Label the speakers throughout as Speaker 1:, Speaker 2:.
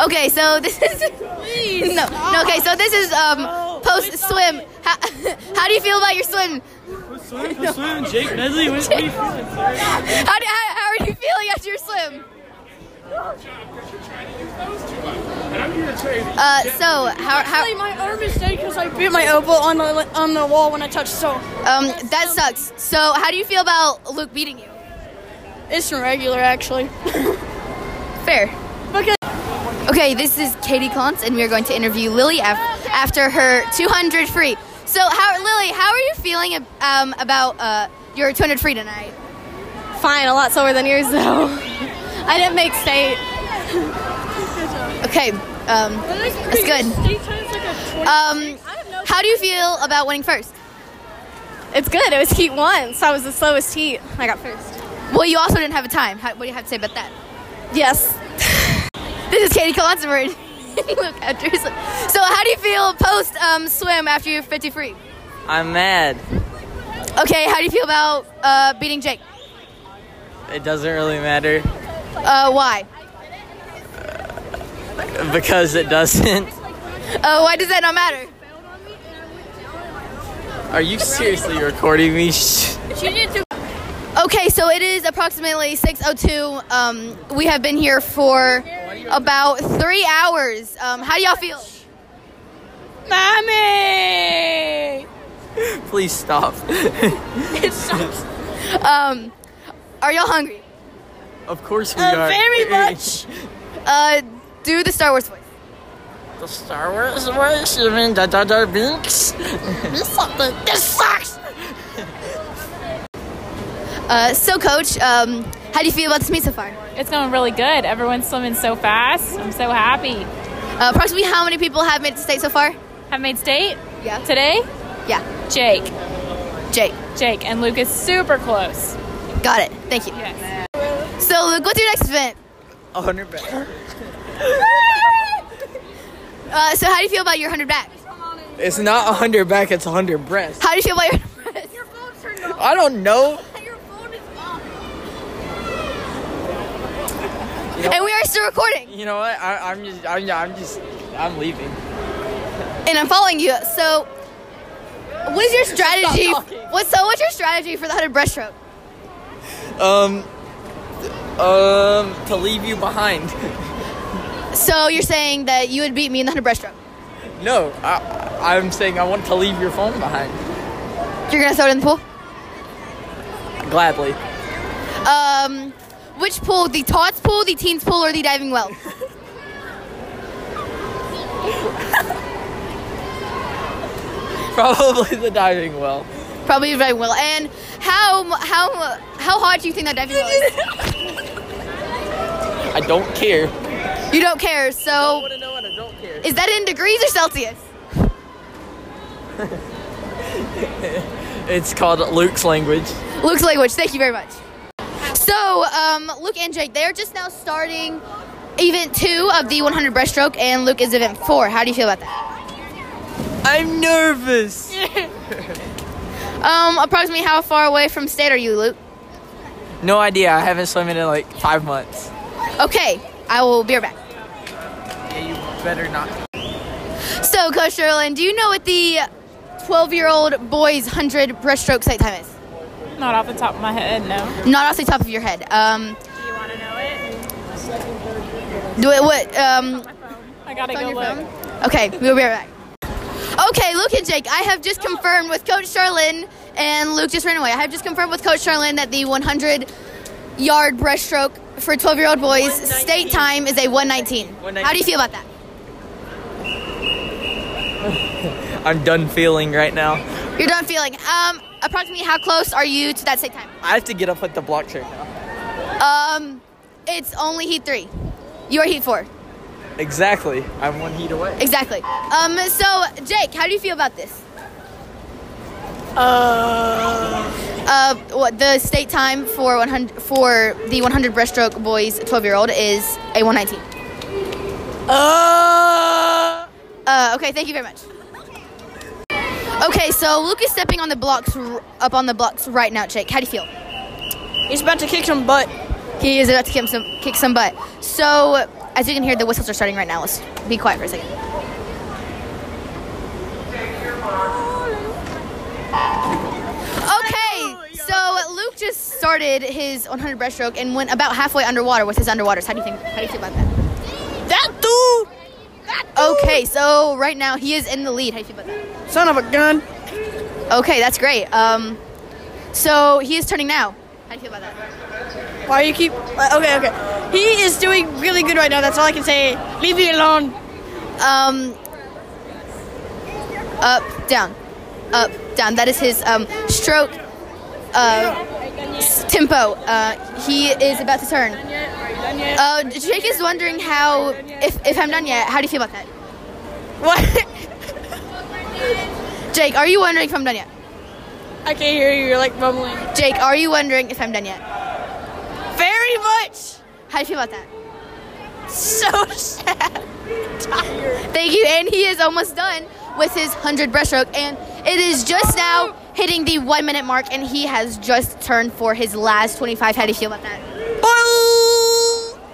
Speaker 1: Okay, so this is no, no. Okay, so this is um post swim. How, how do you feel about your swim?
Speaker 2: Who's swimming? Jake Medley? What, what are you feeling, sir?
Speaker 1: How, do, how, how are you feeling after your swim? Uh, so how
Speaker 3: Actually,
Speaker 1: how
Speaker 3: my arm is dead because I beat my elbow on the on the wall when I touched. So
Speaker 1: um that sucks. So how do you feel about Luke beating you?
Speaker 3: it's irregular, actually.
Speaker 1: Fair.
Speaker 3: Okay.
Speaker 1: Okay, this is Katie Klontz, and we are going to interview Lily af- after her 200 free. So how Lily, how are you feeling ab- um about uh your 200 free tonight?
Speaker 4: Fine, a lot slower than yours though. I didn't make state.
Speaker 1: Okay, um that's good. Um, how do you feel about winning first?
Speaker 4: It's good. It was heat one, so I was the slowest heat. I got first.
Speaker 1: Well, you also didn't have a time. How, what do you have to say about that?
Speaker 4: Yes.
Speaker 1: This is Katie Collinsford. Look after your swim. So, how do you feel post um, swim after you're 50 free?
Speaker 5: I'm mad.
Speaker 1: Okay, how do you feel about uh, beating Jake?
Speaker 5: It doesn't really matter
Speaker 1: Uh, why?
Speaker 5: because it doesn't.
Speaker 1: Uh, why does that not matter?
Speaker 5: Are you seriously recording me? Shh.
Speaker 1: Okay, so it is approximately 6:02. Um, we have been here for about three hours. Um, how do y'all feel?
Speaker 3: Mommy!
Speaker 5: Please stop.
Speaker 1: Um, are y'all hungry?
Speaker 5: of course we
Speaker 3: Uh,
Speaker 5: are.
Speaker 3: very much.
Speaker 1: Uh, do the Star Wars voice.
Speaker 5: The Star Wars was even da da da binks.
Speaker 1: Uh, so, Coach, um, how do you feel about this meet so far?
Speaker 6: It's going really good. Everyone's swimming so fast. I'm so happy.
Speaker 1: Uh, approximately how many people have made the state so far?
Speaker 6: Have made state
Speaker 1: Yeah.
Speaker 6: today.
Speaker 1: Yeah.
Speaker 6: Jake,
Speaker 1: Jake.
Speaker 6: Jake, and Luke is super close.
Speaker 1: Got it. Thank you.
Speaker 6: Yes.
Speaker 1: So, Luke, what's your next event?
Speaker 5: 100 back.
Speaker 1: Uh, so, how do you feel about your 100 back?
Speaker 5: It's not 100 back, it's 100 breast.
Speaker 1: How do you feel about your.
Speaker 5: I don't know.
Speaker 1: and we are still recording,
Speaker 5: You know what? I, I'm just, I'm, I'm just, I'm leaving.
Speaker 1: and I'm following you. So, what is your strategy? What, so, what's your strategy for the 100 breaststroke?
Speaker 5: Um, um, to leave you behind.
Speaker 1: So, you're saying that you would beat me in the 100 breaststroke.
Speaker 5: No, I, I'm saying I want to leave your phone behind.
Speaker 1: You're going to throw it in the pool?
Speaker 5: Gladly.
Speaker 1: Um, which pool? The tots pool, the teens pool, or the diving well?
Speaker 5: Probably the diving well.
Speaker 1: Probably the diving well. And how mu- how mu- how hard do you think that diving well is?
Speaker 5: I don't care.
Speaker 1: You don't care. So,
Speaker 5: want to know and I don't care.
Speaker 1: is that in degrees or Celsius?
Speaker 5: It's called Luke's language.
Speaker 1: Luke's language. Thank you very much. So, um, Luke and Jake, they are just now starting event two of the 100 breaststroke, and Luke is event four. How do you feel about that?
Speaker 5: I'm nervous.
Speaker 1: Um, approximately how far away from state are you, Luke?
Speaker 5: No idea. I haven't swum in like five months.
Speaker 1: Okay, I will be right back.
Speaker 5: Yeah, you better not.
Speaker 1: So, Coach Sherlin, do you know what the 12-year-old boys 100 breaststroke site time is?
Speaker 6: Not off the top of my head, no.
Speaker 1: Not off the top of your head. Um,
Speaker 6: Do you want to know it?
Speaker 1: do it. What? Um,
Speaker 6: I gotta
Speaker 1: on
Speaker 6: go
Speaker 1: your
Speaker 6: look.
Speaker 1: phone? Okay, we'll be right back. Okay, Luke and Jake, I have just confirmed with Coach Charlin, and Luke just ran away. I have just confirmed with Coach Charlin that the 100 yard breaststroke for 12 year old boys state time is a 119. How do you feel about that?
Speaker 5: I'm done feeling right now.
Speaker 1: You're done feeling. Um, approximately how close are you to that state time?
Speaker 5: I have to get up at the block chair now.
Speaker 1: Um, it's only heat three. You are heat four.
Speaker 5: Exactly. I'm one heat away.
Speaker 1: Exactly. Um, so Jake, how do you feel about this? Uh, what the state time for 100 for the 100 breaststroke boys 12 year old is a 119. Uh, okay, thank you very much. Okay, so Luke is stepping on the blocks r- up on the blocks right now. Jake, how do you feel?
Speaker 3: He's about to kick some butt.
Speaker 1: He is about to kick some kick some butt. So I as you can hear, the whistles are starting right now. Let's be quiet for a second. Okay, so Luke just started his 100 breaststroke and went about halfway underwater with his underwaters. How do you think? How do you feel about that?
Speaker 3: That dude!
Speaker 1: Okay, so right now he is in the lead. How do you feel about that?
Speaker 3: Son of a gun.
Speaker 1: Okay, that's great. Um, so he is turning now. How do you feel about that?
Speaker 3: Why you keep. uh, okay, okay. He is doing really good right now. That's all I can say. Leave me alone.
Speaker 1: Um, up, down, up, down. That is his um, stroke uh, s- tempo. Uh, he is about to turn. Uh, Jake is wondering how, if, if I'm done yet, how do you feel about that?
Speaker 3: What?
Speaker 1: Jake, are you wondering if I'm done yet?
Speaker 3: I can't hear you. You're like mumbling.
Speaker 1: Jake, are you wondering if I'm done yet?
Speaker 3: Very much.
Speaker 1: How do you feel about that?
Speaker 3: So sad.
Speaker 1: Thank you. And he is almost done with his 100 breaststroke. And it is just now hitting the one minute mark. And he has just turned for his last 25. How do you feel about that?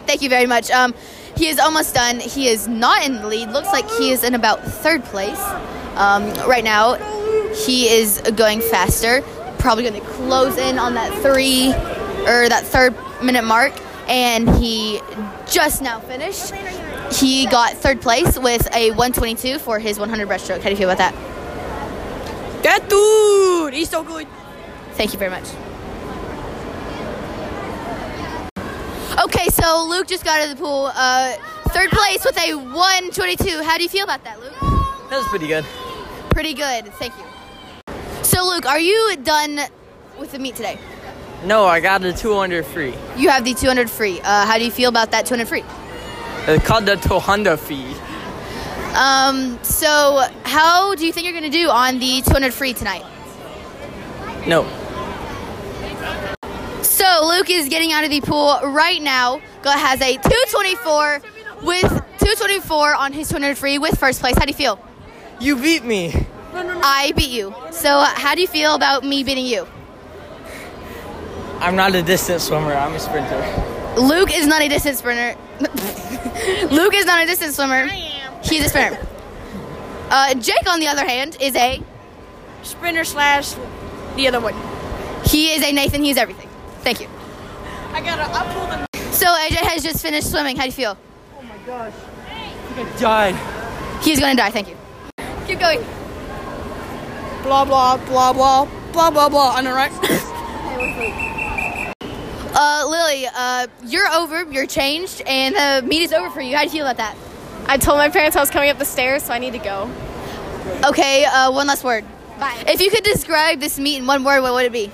Speaker 1: Thank you very much. Um, he is almost done. He is not in the lead. Looks like he is in about third place um, right now. He is going faster. Probably going to close in on that three or that third minute mark. And he just now finished. He got third place with a 122 for his 100 breaststroke. How do you feel about that?
Speaker 3: That dude. He's so good.
Speaker 1: Thank you very much. Okay, so Luke just got out of the pool. Uh, third place with a 122. How do you feel about that, Luke?
Speaker 5: That was pretty good.
Speaker 1: Pretty good. Thank you. So, Luke, are you done with the meet today?
Speaker 5: No, I got a two under free.
Speaker 1: You have the 200 free. Uh, how do you feel about that 200 free?
Speaker 5: It's called the Tohonda fee.
Speaker 1: Um, so, how do you think you're going to do on the 200 free tonight?
Speaker 5: No.
Speaker 1: So Luke is getting out of the pool right now. Go- Has a 224 with 224 on his 200 free with first place. How do you feel?
Speaker 5: You beat me.
Speaker 1: I beat you. So uh, how do you feel about me beating you?
Speaker 5: I'm not a distance swimmer, I'm a sprinter.
Speaker 1: Luke is not a distance sprinter. Luke is not a distance swimmer. I am. He's a sprinter. Uh, Jake, on the other hand, is a
Speaker 3: Sprinter slash the other one.
Speaker 1: he is a Nathan. He's everything. Thank you.
Speaker 3: I gotta. I pulled him.
Speaker 1: So AJ has just finished swimming. How do you feel?
Speaker 2: I died.
Speaker 1: He's gonna die. Thank you. Keep going.
Speaker 3: Blah blah blah blah blah blah blah. On the right.
Speaker 1: Uh, Lily, uh, you're over, you're changed, and the meet is over for you. How do you feel about that?
Speaker 4: I told my parents I was coming up the stairs, so I need to go.
Speaker 1: Okay, uh, one last word. Bye. If you could describe this meet in one word, what would it be?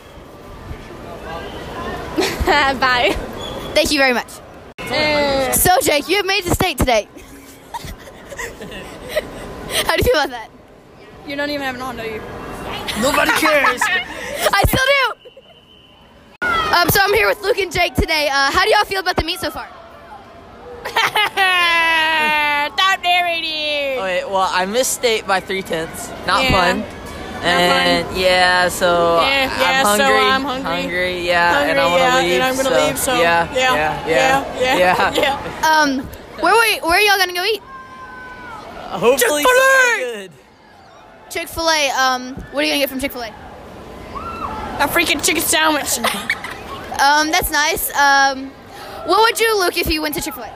Speaker 4: Bye.
Speaker 1: Thank you very much.
Speaker 3: Eh,
Speaker 1: So, Jake, you have made the state today. How do you feel about that?
Speaker 3: you don't even have an on, do you?
Speaker 5: Nobody cares.
Speaker 1: I still do! Um, so I'm here with Luke and Jake today. Uh, how do y'all feel about the meet so far?
Speaker 3: Stop narrating.
Speaker 5: Wait, well, I missed state by three tenths. Not
Speaker 3: Yeah.
Speaker 5: fun. And yeah, so I-
Speaker 3: Yeah, yeah,
Speaker 5: I'm
Speaker 3: so
Speaker 5: hungry.
Speaker 3: I'm hungry.
Speaker 5: yeah, Uh, and I want
Speaker 3: Hungry,
Speaker 5: to
Speaker 3: yeah, and
Speaker 5: leave.
Speaker 3: I'm gonna
Speaker 5: so,
Speaker 3: leave, so,
Speaker 5: yeah,
Speaker 3: yeah,
Speaker 5: yeah, yeah,
Speaker 3: yeah,
Speaker 5: yeah.
Speaker 3: yeah.
Speaker 1: Um, where, we, where are y'all gonna go eat?
Speaker 5: Hopefully,
Speaker 3: Chick-fil-A!
Speaker 5: good.
Speaker 1: Chick fil A. Um, what are you gonna get from Chick fil A?
Speaker 3: A freaking chicken sandwich.
Speaker 1: Um, that's nice. Um, what would you look if you went to Chick Fil A?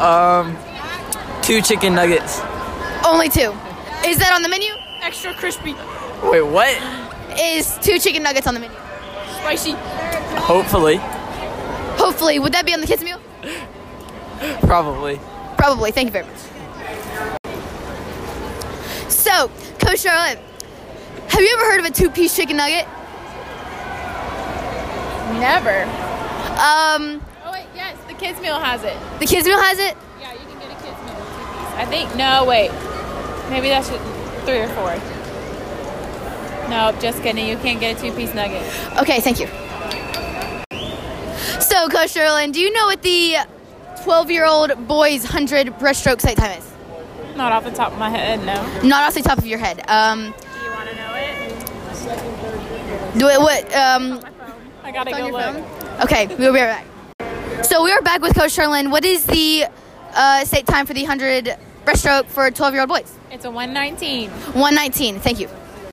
Speaker 5: Um, two chicken nuggets.
Speaker 1: Only two. Is that on the menu?
Speaker 3: Extra crispy,
Speaker 5: Wait, what?
Speaker 1: Is two chicken nuggets on the menu?
Speaker 3: spicy.
Speaker 5: Hopefully,
Speaker 1: Hopefully, would that be on the kids' meal?
Speaker 5: probably.
Speaker 1: Probably. Thank you very much. So, Coach Charlotte, have you ever heard of a two-piece chicken nugget?
Speaker 6: Never.
Speaker 1: Um,
Speaker 6: Oh wait, yes, the kids meal has it.
Speaker 1: the kids' meal has it.
Speaker 6: Yeah, you can get a kids meal with two piece. I think. No, wait. Maybe that's just three or four. Nope, just kidding. You can't get a two piece nugget.
Speaker 1: Okay, thank you. So, Coach Sherlin, do you know what the 12-year-old boys' 100 breaststroke site time is?
Speaker 6: Not off the top of my head, no.
Speaker 1: Not off the top of your head. Um,
Speaker 6: Do you want to know it?
Speaker 1: do it, what? Um,
Speaker 6: I gotta
Speaker 1: It's
Speaker 6: go
Speaker 1: on
Speaker 6: look.
Speaker 1: your phone? Okay, we'll be right back. So we are back with Coach Sherlin. What is the uh, state time for the 100 breaststroke for 12 year old boys?
Speaker 6: It's a 119.
Speaker 1: 119. Thank you.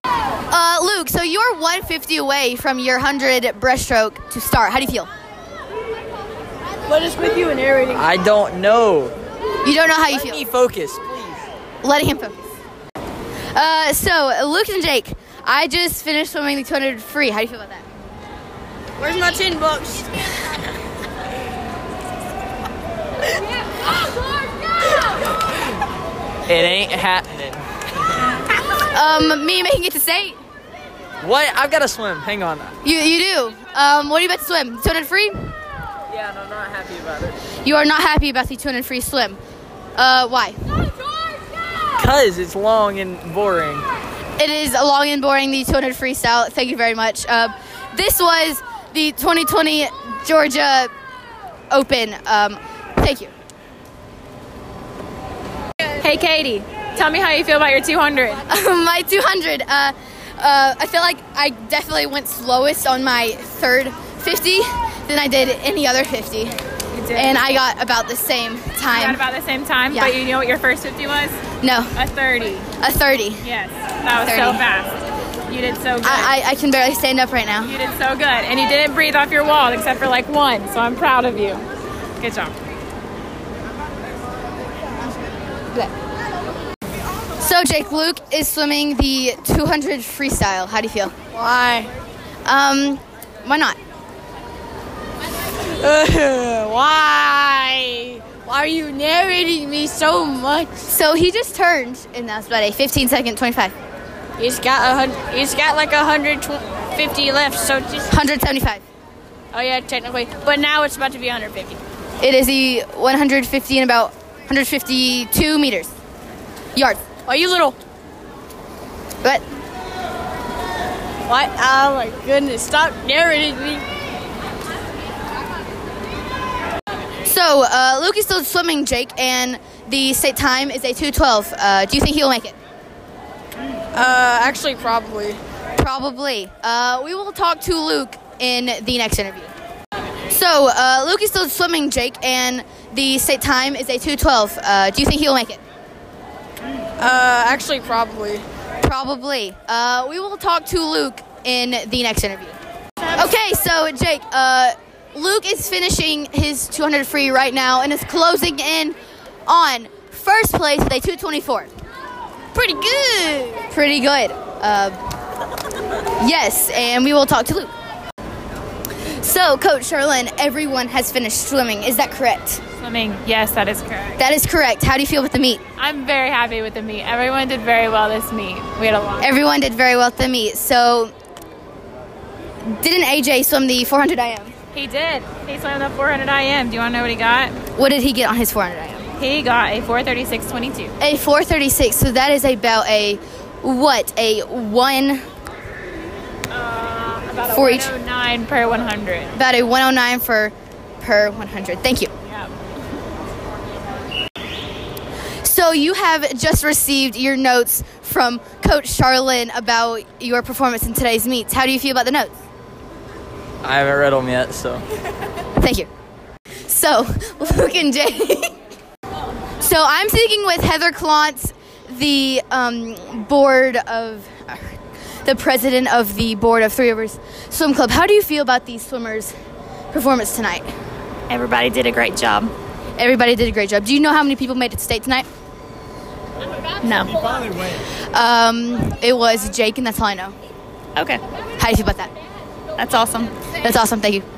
Speaker 1: Uh, Luke, so you're 150 away from your 100 breaststroke to start. How do you feel?
Speaker 3: What is with you and narrating?
Speaker 5: I don't know.
Speaker 1: You don't know how you
Speaker 5: Let me
Speaker 1: feel.
Speaker 5: focus.
Speaker 1: Letting him focus. Uh, so, Luke and Jake, I just finished swimming the 200 free. How do you feel about that?
Speaker 3: Where's my tin box?
Speaker 5: It ain't happening.
Speaker 1: Um, me making it to state?
Speaker 5: What? I've got to swim. Hang on.
Speaker 1: You, you do. Um, what are you about to swim? 200 free?
Speaker 5: Yeah, and I'm not happy about it.
Speaker 1: You are not happy about the 200 free swim. Uh, why?
Speaker 5: Cause it's long and boring.
Speaker 1: It is a long and boring, the 200 freestyle. Thank you very much. Uh, this was the 2020 Georgia Open. Um, thank you.
Speaker 6: Hey, Katie, tell me how you feel about your 200.
Speaker 1: my 200. Uh, uh, I feel like I definitely went slowest on my third 50 than I did any other 50. And I got about the same
Speaker 6: Not
Speaker 1: time.
Speaker 6: about the same time,
Speaker 1: Yeah.
Speaker 6: but you know what your first 50 was?
Speaker 1: No,
Speaker 6: A 30.
Speaker 1: a 30.
Speaker 6: Yes, that was
Speaker 1: 30.
Speaker 6: so fast. You did so good.
Speaker 1: I, I, I can barely stand up right now.
Speaker 6: you did so good, and you didn't breathe off your wall except for like one. So I'm proud of you. Good job.
Speaker 1: So Jake Luke is swimming the 200 freestyle. How do you feel?
Speaker 3: Why?
Speaker 1: Um, why not?
Speaker 3: Uh, why? Why are you narrating me so much?
Speaker 1: So he just turned, and that's about a 15 second 25,
Speaker 3: He's got a hundred. He's got like a hundred tw- fifty left. So just
Speaker 1: 175.
Speaker 3: oh yeah, technically. But now it's about to be hundred fifty.
Speaker 1: It is the 150 and about 152 meters, yards.
Speaker 3: Are Oh, you little?
Speaker 1: But
Speaker 3: What? Oh my goodness! Stop narrating me.
Speaker 1: so uh, Luke is still swimming, Jake, and the state time is a 212. Uh, do you think he'll make it?
Speaker 3: Uh, actually, probably.
Speaker 1: Probably. Uh, we will talk to Luke in the next interview. So uh, Luke is still swimming, Jake, and the state time is a 212. Uh, do you think he'll make it?
Speaker 3: Uh, actually, probably.
Speaker 1: Probably. Uh, we will talk to Luke in the next interview. Okay, so Jake, uh, Luke is finishing his 200 free right now and is closing in on first place with a 224. Pretty good. Pretty good. Uh, yes, and we will talk to Luke. So, Coach Sherlin, everyone has finished swimming. Is that correct?
Speaker 6: Swimming. Yes, that is correct.
Speaker 1: That is correct. How do you feel with the meet?
Speaker 6: I'm very happy with the meet. Everyone did very well this meet. We had a lot.
Speaker 1: Everyone did very well at the meet. So, didn't AJ swim the 400 IM?
Speaker 6: He did. He swam the 400 IM. Do you want to know what he got?
Speaker 1: What did he get on his 400 IM?
Speaker 6: He got a 436.22.
Speaker 1: A 436. So that is about a what? A one
Speaker 6: About a
Speaker 1: For each-
Speaker 6: 109 per 100.
Speaker 1: about a 109 for per 100. Thank you.
Speaker 6: Yeah.
Speaker 1: So you have just received your notes from Coach Charlin about your performance in today's meets. How do you feel about the notes?
Speaker 5: I haven't read them yet, so.
Speaker 1: Thank you. So, Luke and Jay. so, I'm speaking with Heather Klontz, the um, board of, uh, the president of the board of Three Rivers Swim Club. How do you feel about these swimmers' performance tonight?
Speaker 7: Everybody did a great job.
Speaker 1: Everybody did a great job. Do you know how many people made it to state tonight?
Speaker 7: No.
Speaker 1: Um, it was Jake, and that's all I know.
Speaker 7: Okay.
Speaker 1: How do you feel about that?
Speaker 7: That's awesome.
Speaker 1: That's awesome. Thank you.